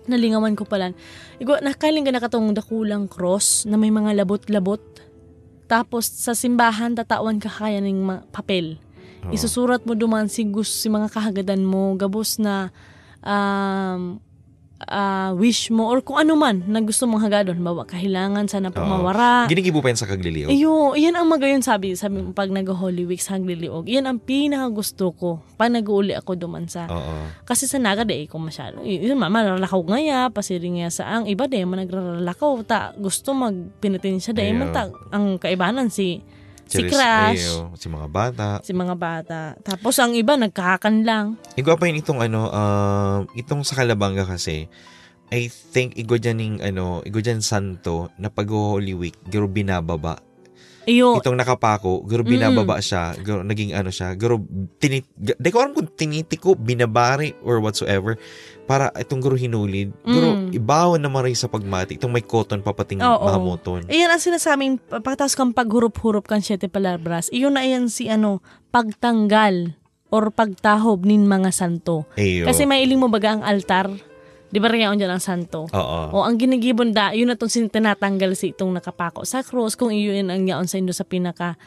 nalingawan ko pala. Igwa, nakaling ka na katong dakulang cross na may mga labot-labot. Tapos sa simbahan, tatawan ka kaya ng mga papel. Oo. Isusurat mo duman si gus si mga kahagadan mo, gabos na um, ah, wish mo or kung ano man na gusto mong hagadon, bawa kahilangan sana po Oo. mawara. Ginigibo pa yan sa kagliliw. Iyo, iyan ang magayon sabi, sabi mo pag nag-Holy Weeks hagliliog. Iyan ang pinakagusto ko pag nag-uuli ako duman sa. Oo. Kasi sa naga de ko masyado. Iyon man malalakaw nga ya, pasiring nga sa ang iba de man nagraralakaw ta gusto magpinatin siya de Ayaw. man ta ang kaibanan si si Cheers. Crash, Ayaw. Si mga bata. si mga bata. Tapos ang iba nagkakan lang. Igwa pa yun itong ano, um, itong sa Kalabanga kasi, I think igwa dyan yung ano, igwa dyan santo na pag Holy Week, garo binababa. Iyo, Itong nakapako, garo Oh. Mm. binababa siya, garo, naging ano siya, garo, tinit, g- di ko alam kung tinitiko, binabari, or whatsoever, para itong garo hinulid, garo, Mm. ibawan na maray sa pagmati, itong may cotton papating Oo. Eh, mahamoton. Iyan ang sinasabing, pa- pagtas kang paghurup-hurup kang siyete palabras, iyon na iyan si ano, pagtanggal or pagtahob nin mga santo. Ayo. Kasi mailing mo baga ang altar, di ba rin dyan ang santo? Oo. O ang ginigibon da, yun na itong sin- tinatanggal si itong nakapako sa cross kung iyon ang yaon sa indo sa pinaka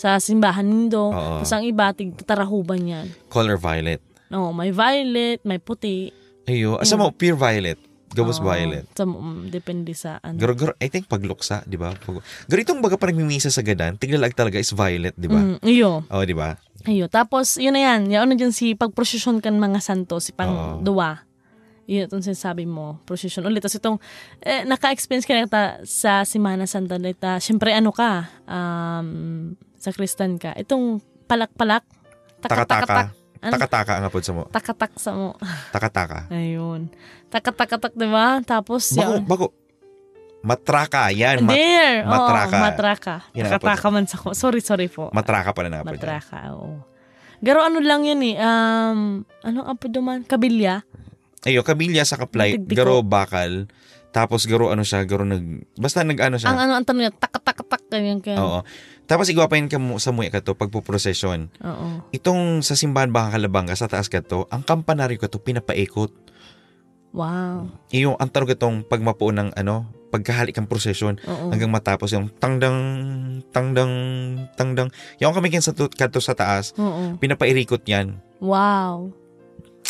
sa simbahan nindo. Oo. Tapos ang iba, tig- tarahuban yan. Color violet. No, may violet, may puti. Ayo. Asa Mm. mo, pure violet. Gabos Oo. violet. Sa, mm, depende sa ano. Garo, garo, I think pagluksa, di ba? Pag, garo itong baga parang mimisa sa gadan, tiglalag talaga is violet, di ba? Mm, iyo. Oo, di ba? Ayo, tapos yun na yan. Yaon na dyan si pagprosesyon kan mga santo, si Oo. pang duwa. Yun itong sinasabi mo, prosesyon ulit. Tapos itong, eh, naka-experience ka na ta, sa Simana Santa Lita. Siyempre, ano ka, um, sa Kristan ka. Itong palak-palak, Takataka. takatakatak, ah. Ano? Takataka ang apod sa mo. takatak sa mo. Takataka. Ayun. Takatakatak, di ba? Tapos, Bako, yun. bako. Matraka, yan. Mat- There! Oo, matraka. matraka. Yan ang Takataka man sa ko. Sorry, sorry po. matraka pala na apod. yan. Matraka, oo. Garo ano lang yun eh, um, anong apo duman? Kabilya? Ayo, kabilya sa kaplay, Matigdi ko. garo bakal. Tapos garo ano siya, garo nag... Basta nag ano Ang siya. ano, ang tanong niya, tak-tak-tak, ganyan kaya. Oo. Tapos igwapayin ka mo, sa muya ka to, pagpuprosesyon. Oo. Itong sa simbahan ba kalabanga, sa taas ka to, ang kampanaryo ka to, pinapaikot. Wow. Iyo, ang tarog itong pag mapuo ng ano, pagkahalik ang prosesyon. Oo. hanggang matapos yung tangdang, tangdang, tangdang. Yung kami kin sa tut- kadto sa taas, Oo. pinapairikot yan. Wow.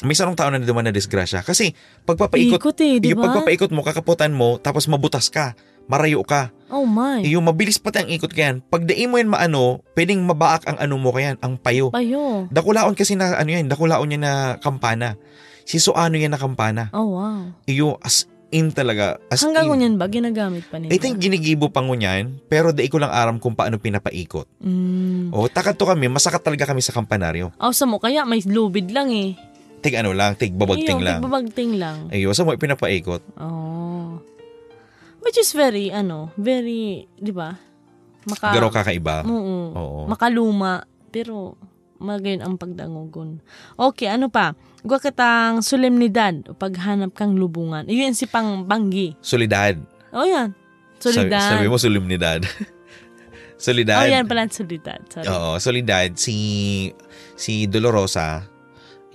May sarong taon na duman na disgrasya. Kasi pagpapaikot, Ikot eh, di yung ba? pagpapaikot mo, kakaputan mo, tapos mabutas ka, marayo ka. Oh my. Yung mabilis pati ang ikot ka yan. Pag daim mo yan maano, pwedeng mabaak ang ano mo ka yan, ang payo. Payo. Dakulaon kasi na ano yan, dakulaon yan na kampana. Sisuano yan na kampana. Oh wow. Iyo, as in talaga. As in. Hanggang ngunyan ba, ginagamit pa I nila? think ginigibo pa ngunyan, pero di ko lang aram kung paano pinapaikot. Mm. O, takat to kami, masakat talaga kami sa kampanaryo. Oh, sa mo, kaya may lubid lang eh. Tig ano lang, tig babagting Ayun, lang. Babagting lang. Ayun, sa mo pinapaikot. Oh. Which is very, ano, very, di ba? Maka, Garo kakaiba. Oo. Oo. makaluma pero magayon ang pagdangugon. Okay, ano pa? Gwa katang solemnidad o paghanap kang lubungan. Iyon si pang banggi. Solidad. O yan. Sabi, Solidad. sabi mo, solemnidad. solidad. o yan pala ang solidad. Sorry. Oo, solidad. Si, si Dolorosa,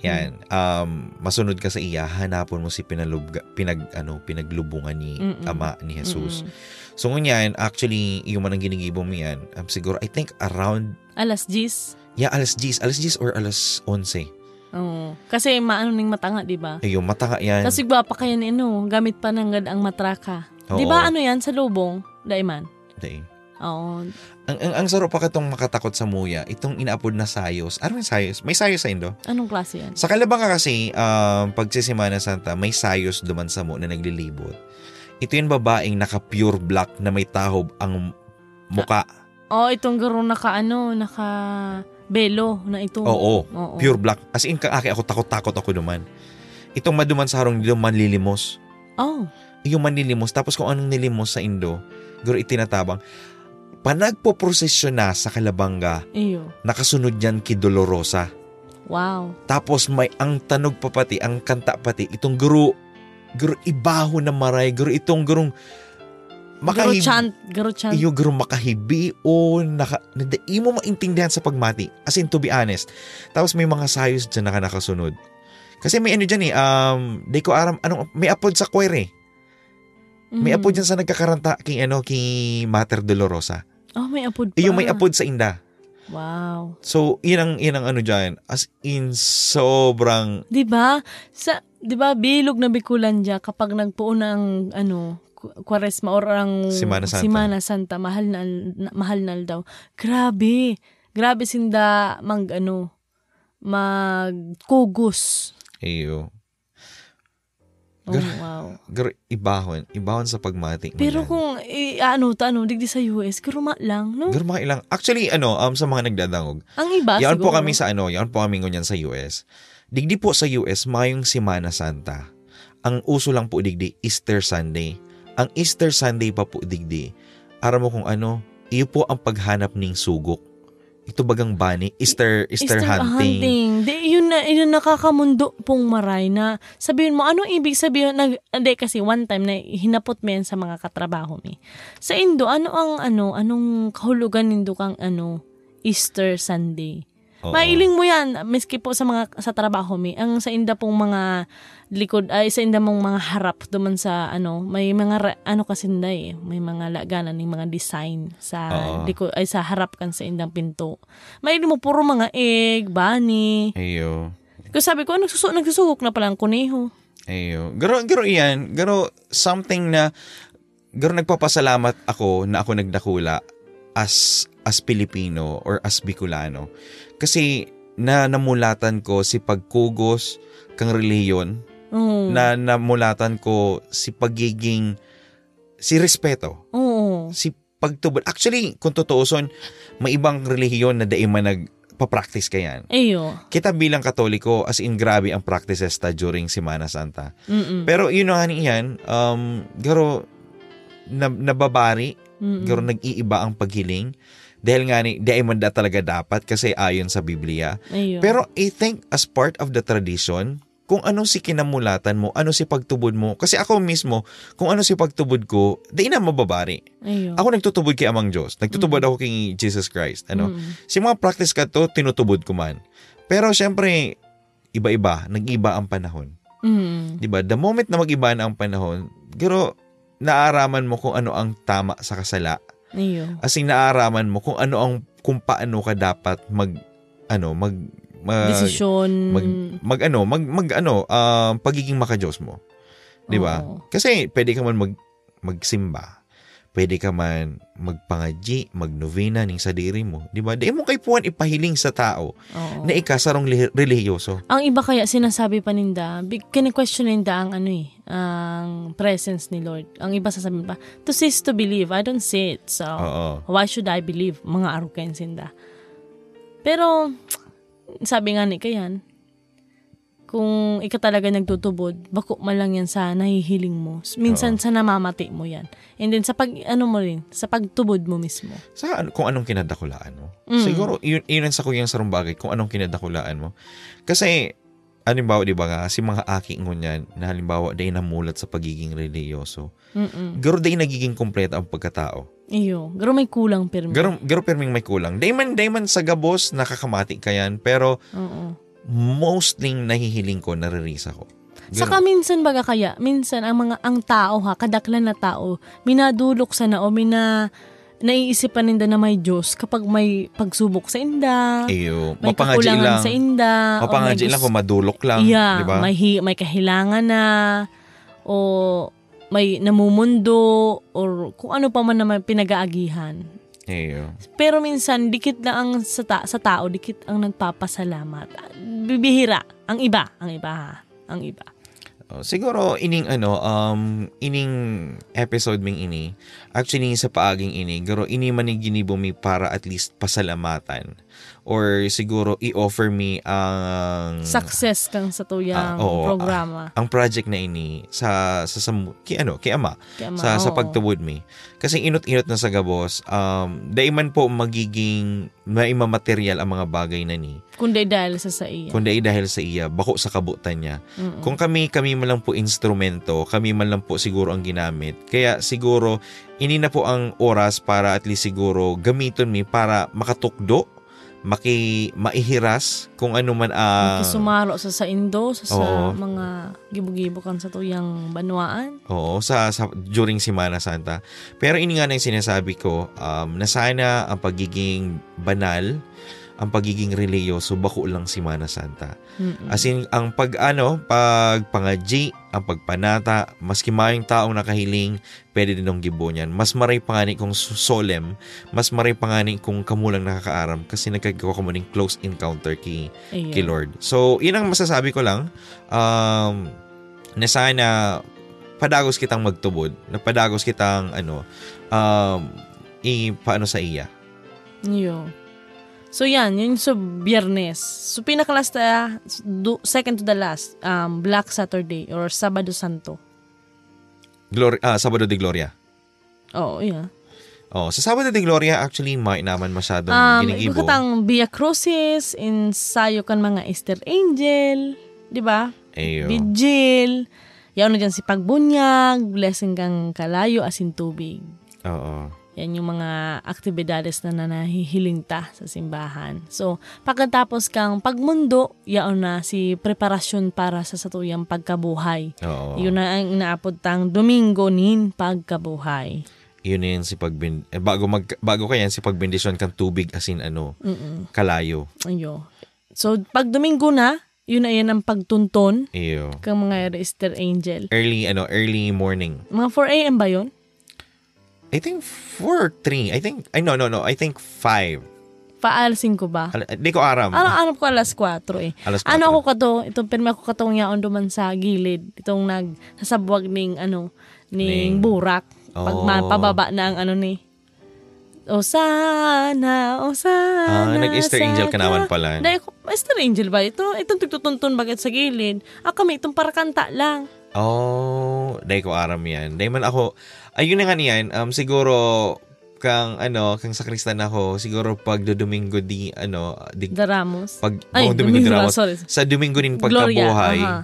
yan, Mm. um, masunod ka sa iya, hanapon mo si pinalubga, pinag, ano, pinaglubungan ni Mm-mm. Ama ni Jesus. Mm-mm. So, ngunyan, actually, yung man ang ginigibo mo yan, um, siguro, I think around, Alas gis. yeah, alas 10, alas 10 or alas 11. Oo. Kasi maano ning matanga, di ba? Ayun, matanga yan. Kasi gwa pa kayan ino, gamit pa ng gad ang matraka. Di Oo. ba ano yan sa lubong? Daiman. Daing. Oo. Ang, ang, ang sarap pa katong makatakot sa muya, itong inaapod na sayos. Ano yung sayos? May sayos sa Indo? Anong klase yan? Sa Kalabanga kasi, um, pag si Semana Santa, may sayos duman sa mo na naglilibot. Ito yung babaeng naka-pure black na may tahob ang muka. Oh, itong garo naka ano, naka belo na ito. Oo, Oo. pure black. As in, kaaki ako, takot-takot ako duman. Itong maduman sa harong dito, manlilimos. Oh. Yung manlilimos, tapos kung anong nilimos sa Indo, guro itinatabang. Panagpo-prosesyon na sa Kalabanga, Iyo. nakasunod yan kay Dolorosa. Wow. Tapos may ang tanog pa pati, ang kanta pati, itong guru, guru ibaho na maray, guru itong gurong Garo makahib- chant, garo chant. Iyo guru makahibi o naka, nada- di mo maintindihan sa pagmati. As in, to be honest. Tapos may mga sayos dyan na nakasunod. Kasi may ano dyan eh, um, di ko aram, anong, may apod sa choir eh. May Mhm. apod dyan sa nagkakaranta kay, ano, kay Mater Dolorosa. Oh, may apod pa. Iyo may apod sa inda. Wow. So, yun ang, yun ang ano dyan. As in, sobrang 'Di ba? Sa 'di ba bilog na Bikulan dya kapag nagpuon ng ano ku- Kwaresma or ang Semana Santa. Semana Santa, mahal na, na- mahal na daw. Grabe. Grabe sinda mag ano magkugos. Iyo. Oh, Gra- wow. Gr- ibahon. Ibahon sa pagmati. mo yan. Pero kung i- ano ta ano digdi sa US, kuruma lang, no? Gr- mga ilang. Actually, ano, um, sa mga nagdadangog. Ang iba Yan po Ah, siguro. kami sa ano, yan po kami ngunyan sa US. Digdi po sa US, mayong Semana Santa. Ang uso lang po digdi, Easter Sunday. Ang Easter Sunday pa po digdi. Aram mo kung ano, iyo po ang paghanap ng sugok. Ito bagang bani, Easter, Easter, hunting. Di, yun na, yun na nakakamundo pong maray na sabihin mo, ano ibig sabihin? Nag, hindi, kasi one time na hinapot mo yan sa mga katrabaho mi. Sa Indo, ano ang ano, anong kahulugan nindo kang ano, Easter Sunday? Oo. Mailing mo yan, miski po sa mga sa trabaho mi. Ang sa inda pong mga likod, ay sa inda mong mga harap duman sa ano, may mga ra- ano kasi inda eh, may mga laganan ng mga design sa Oo. likod, ay sa harap kan sa indang pinto. Mailing mo puro mga egg, bunny. Ayo. Kasi sabi ko, ah, nagsusu- nagsusugok na pala ang kuneho. Ayo. Garo, garo iyan. Garo, something na, garo nagpapasalamat ako na ako nagdakula as, as Pilipino or as Bicolano. Kasi, na namulatan ko si pagkugos kang reliyon, Oo. na namulatan ko si pagiging, si respeto, Oo. si pagtubal. Actually, kung totooson, may ibang relihiyon na daima nagpa-practice ka yan. Ayo. Kita bilang katoliko, as in grabe ang practices ta during Semana Santa. Mm-mm. Mm-hmm. Pero yun ang hani yan, um, garo na, nababari, Mm-mm. garo nag-iiba ang paghiling. Dahil nga ni, di ay manda talaga dapat kasi ayon sa Biblia. Ayo. Pero I think as part of the tradition, kung ano si kinamulatan mo, ano si pagtubod mo. Kasi ako mismo, kung ano si pagtubod ko, di na mababari. Ayo. Ako nagtutubod kay Amang Diyos. Nagtutubod ako kay Jesus Christ. Ano? Mm-mm. Si mga practice ka to, tinutubod ko man. Pero syempre, iba-iba. Nag-iba ang panahon. Mm-mm. 'di ba? Diba? The moment na mag-iba na ang panahon, pero naaraman mo kung ano ang tama sa kasala. Ayo. As in, naaraman mo kung ano ang kung paano ka dapat mag ano, mag mag Desisyon. mag- mag ano, mag mag ano, ah, pagiging makajos mo. 'Di ba? Oo. Kasi pwede ka man mag magsimba. Pwede ka man magpangaji, magnovena ning sadiri mo. 'Di ba? Di mo kay puan ipahiling sa tao Oo. na ikasarong lihi- relihiyoso. Ang iba kaya sinasabi pa ninda, big- kine-question ninda ang ano eh, ang presence ni Lord. Ang iba sasabihin pa, to cease to believe, I don't see it. So, Oo. why should I believe? Mga arrogance ninda. Pero, sabi nga ni Kayan, kung ikaw talaga nagtutubod, bako man lang yan sa nahihiling mo. Minsan sa namamati mo yan. And then sa pag, ano mo rin, sa pagtubod mo mismo. sa an- kung anong kinadakulaan mo. Mm. Siguro, yun, yun ang sakuyang sarong bagay, kung anong kinadakulaan mo. Kasi, halimbawa, di ba nga, si mga aki ngunyan, na halimbawa, day namulat sa pagiging religyoso. Mm-mm. Garo day nagiging kompleto ang pagkatao. Iyo. Pero may kulang pero. Garo, garo perming may kulang. Day man, day man sa gabos, nakakamati ka yan, pero Oo. mostly nahihiling ko, naririsa ko. Saka minsan baga kaya, minsan ang mga ang tao ha, kadaklan na tao, minadulok sana o mina naiisipan ninda na may Diyos kapag may pagsubok sa inda, Iyo, may mapangaji kakulangan Eh, lang. sa inda, o Mapangaji may lang gusto- kung madulok lang. di Yeah, ba? may, hi- may kahilangan na, o may namumundo, or kung ano pa man naman pinag-aagihan. Iyo. Pero minsan, dikit lang ang sa, ta- sa tao, dikit ang nagpapasalamat. Bibihira. Ang iba. Ang iba ha. Ang iba. Oh, siguro ining ano um ining episode ming ini actually sa paaging ini garo ini man ni ginibo mi para at least pasalamatan or siguro i-offer me ang Success kang sa tuyang Mm. Ah, oo, ah. programa. ang project na ini sa sa, sa ki ano kay ama Kaya ma- sa sa oo. pagtuwid me. Kasi inot-inot na sa gabos, um, daiman po magiging maimamaterial ang mga bagay na ni. Kundi dahil sa sa iya. Kundi ay dahil sa iya, bako sa kabutan niya. Mm-mm. Kung kami, kami man lang po instrumento, kami man lang po siguro ang ginamit. Kaya siguro, ini na po ang oras para at least siguro gamiton mi para makatukdo, maki, maihiras kung ano man Ang ang... kisumaro sa sa Indo, sa, sa Oo. mga gibo-gibo kan sa tuyang banwaan. Oo, sa, sa during Semana Santa. Pero ini nga na yung sinasabi ko, um, na sana ang pagiging banal, ang pagiging religyoso, bako lang Semana Santa. Mm-mm. As in, ang pag ano, pag pangaji, ang pagpanata, maski maayong taong nakahiling, pwede din ng gibo niyan. Mas maray pangani kung su- solemn, mas maray pangani kung kamulang nakakaaram kasi nagkagawa ko mo ng close encounter kay Ayun. kay Lord. So, yun ang masasabi ko lang. Um, na sana padagos kitang magtubod, na padagos kitang ano, um, ipaano sa iya. Yo. So yan, yun so biyernes. So pinakalasta, do, second to the last, um, Black Saturday or Sabado Santo. Glory, ah, Sabado de Gloria. Oo, yeah. Oh, sa Sabado de Gloria, actually, may naman masyadong Um, ginigibo. ikutang Via Crucis, ensayo kan mga Easter Angel, di ba? Ayo. Vigil, yaw na dyan si pagbunyag, blessing kang kalayo asin tubig. Oo. Yan yung mga aktibidades na nanahihiling ta sa simbahan. So, pagkatapos kang pagmundo, yaon na si preparasyon para sa satuyang pagkabuhay. Oo. Yun na ang inaapod tang Domingo nin pagkabuhay. Yun na yun si pagbind eh, bago mag bago kayan si pagbindisyon kang tubig as in ano, Mm-mm. kalayo. Ayo. So, pag Domingo na, yun na yan ang pagtunton Ayo. kang mga Easter Angel. Early ano, early morning. Mga 4 a.m. ba yun? I think 4 or 3. I think I no no no, I think 5. Paalsin ko ba? Al- Di ko aram. Ano, ano ko alas 4 eh. Alas Ano ano ako ka to, itong pirma ko katong yaon duman sa gilid, itong nagsasabwag ning ano, ning Ning- burak. Pag Oh. mapababa na ang ano ni. O sana, Ah, o sana. nag-Easter sa angel ka naman pala. Dahil ko, Easter angel ba? Ito, itong tigtutuntun bagay sa gilid. Ah, kami, itong para kanta lang. Oh, dahil ko aram yan. Dahil man ako, ayun na nga niyan, um, siguro, kang ano, kang sakristan ako, siguro pag do Domingo di, ano, di, Daramos. pag, Ay, oh, Domingo, Domingo, Ramos, Ramos, sorry. sa Domingo din Gloria. pagkabuhay, aha.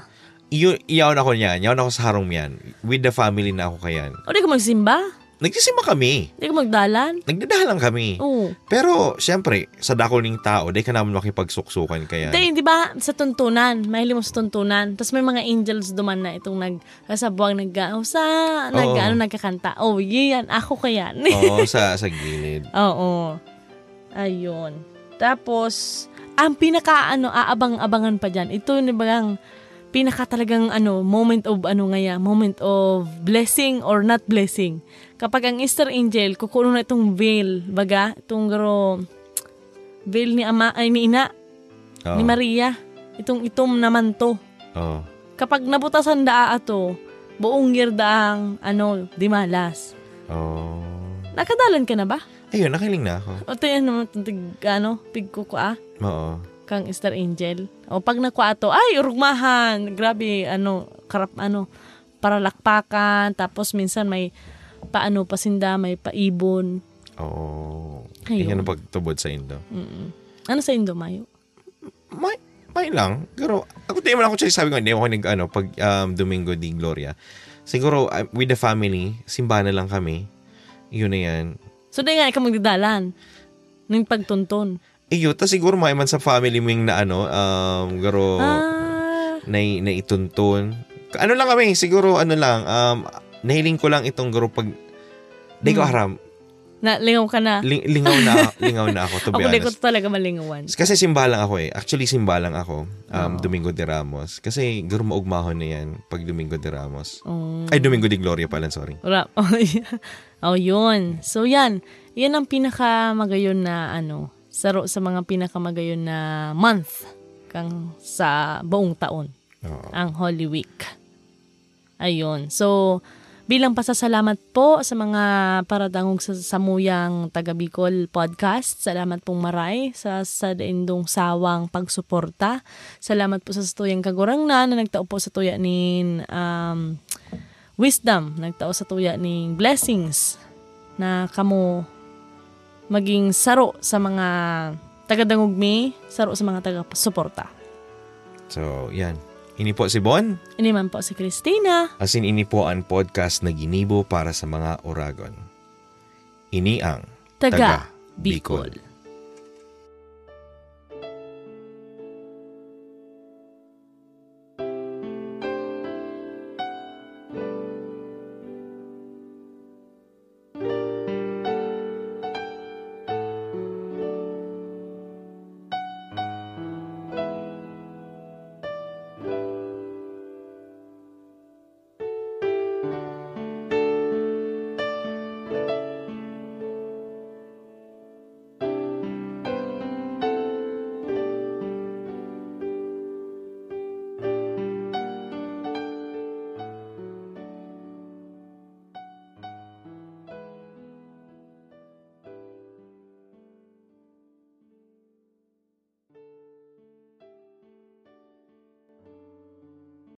yun, iyaw na ako niyan, iyaw na ako sa harong yan. With the family na ako kayan. O, di ka magsimba? Nagsisimba kami. Di ka magdalan? Nagdadahalan kami. Oo. Pero, syempre, sa dako ng tao, dahil ka naman makipagsuksukan kayan. Di, di ba, sa tuntunan, mahilig mo sa tuntunan. Tapos may mga angels duman na itong nag, sa buwang nag, oh, sa, Oo. nag, ano, nagkakanta. Oh, yan, ako kaya. Oo, sa, sa gilid. Oo. Ayun. Tapos, ang pinaka, ano, aabang-abangan pa dyan, ito yung bagang, pinaka talagang, ano, moment of, ano ngaya, moment of blessing or not blessing. Kapag ang Easter Angel, kukuno na itong veil, baga, itong garo, veil ni ama, ay, ni ina, Oo. ni Maria. Itong itom naman to. Oo. Kapag nabutasan daa ato, buong year daang, ano, dimalas. Oo. Nakadalan ka na ba? Ayun, nakaling na ako. O ito yan naman, itong tig- ano, pigko ko ah, Oo. kang Star Angel. O pag nakuha ato, ay, urugmahan, grabe, ano, karap, ano, para lakpakan, tapos minsan may paano pasinda, may paibon. Oo. Ayun. Ayun. ang pagtubod sa Indo. Mm-mm. Ano sa Indo, Mayo? May, may lang. Pero ako di man ako actually sabi ko, hindi ako nag, ano, pag um, Domingo di Gloria. Siguro, uh, with the family, simba na lang kami. Yun na yan. So, dahil nga, ikaw magdadalan ng pagtunton. Iyo, ta Eh, siguro may man sa family mo yung na ano, um, garo, Ah, na, na ituntun. Ano lang kami, siguro, ano lang, um, nahiling ko lang itong garo pag, di ko Hmm. haram, nalingaw ka na. ling- lingaw na, lingaw na ako, to be Ako di honest. ko talaga malingawan. Kasi simba lang ako eh. Actually, simba lang ako. Um, Oo. Domingo de Ramos. Kasi gurumaugmahon na yan pag Domingo de Ramos. Um, Ay, Domingo de Gloria pala, sorry. Wala. Oh, yeah. oh, yun. So, yan. Yan ang pinakamagayon na, ano, saro sa mga pinakamagayon na month kang sa buong taon, Oo. ang Holy Week. Ayun. So, Bilang pasasalamat po sa mga paradangog sa Samuyang Taga Bicol podcast. Salamat pong maray sa sa daindong sawang pagsuporta. Salamat po sa Tuyang Kagurangna na nagtao po sa tuya nin um, wisdom, nagtao sa tuya ning blessings na kamo maging saro sa mga taga-dangugmi, saro sa mga taga-suporta. So, yan. Ini po si Bon, Ini man po si Christina. as in ini po ang podcast na ginibo para sa mga Oragon. Ini ang Taga, Bicol. Bicol.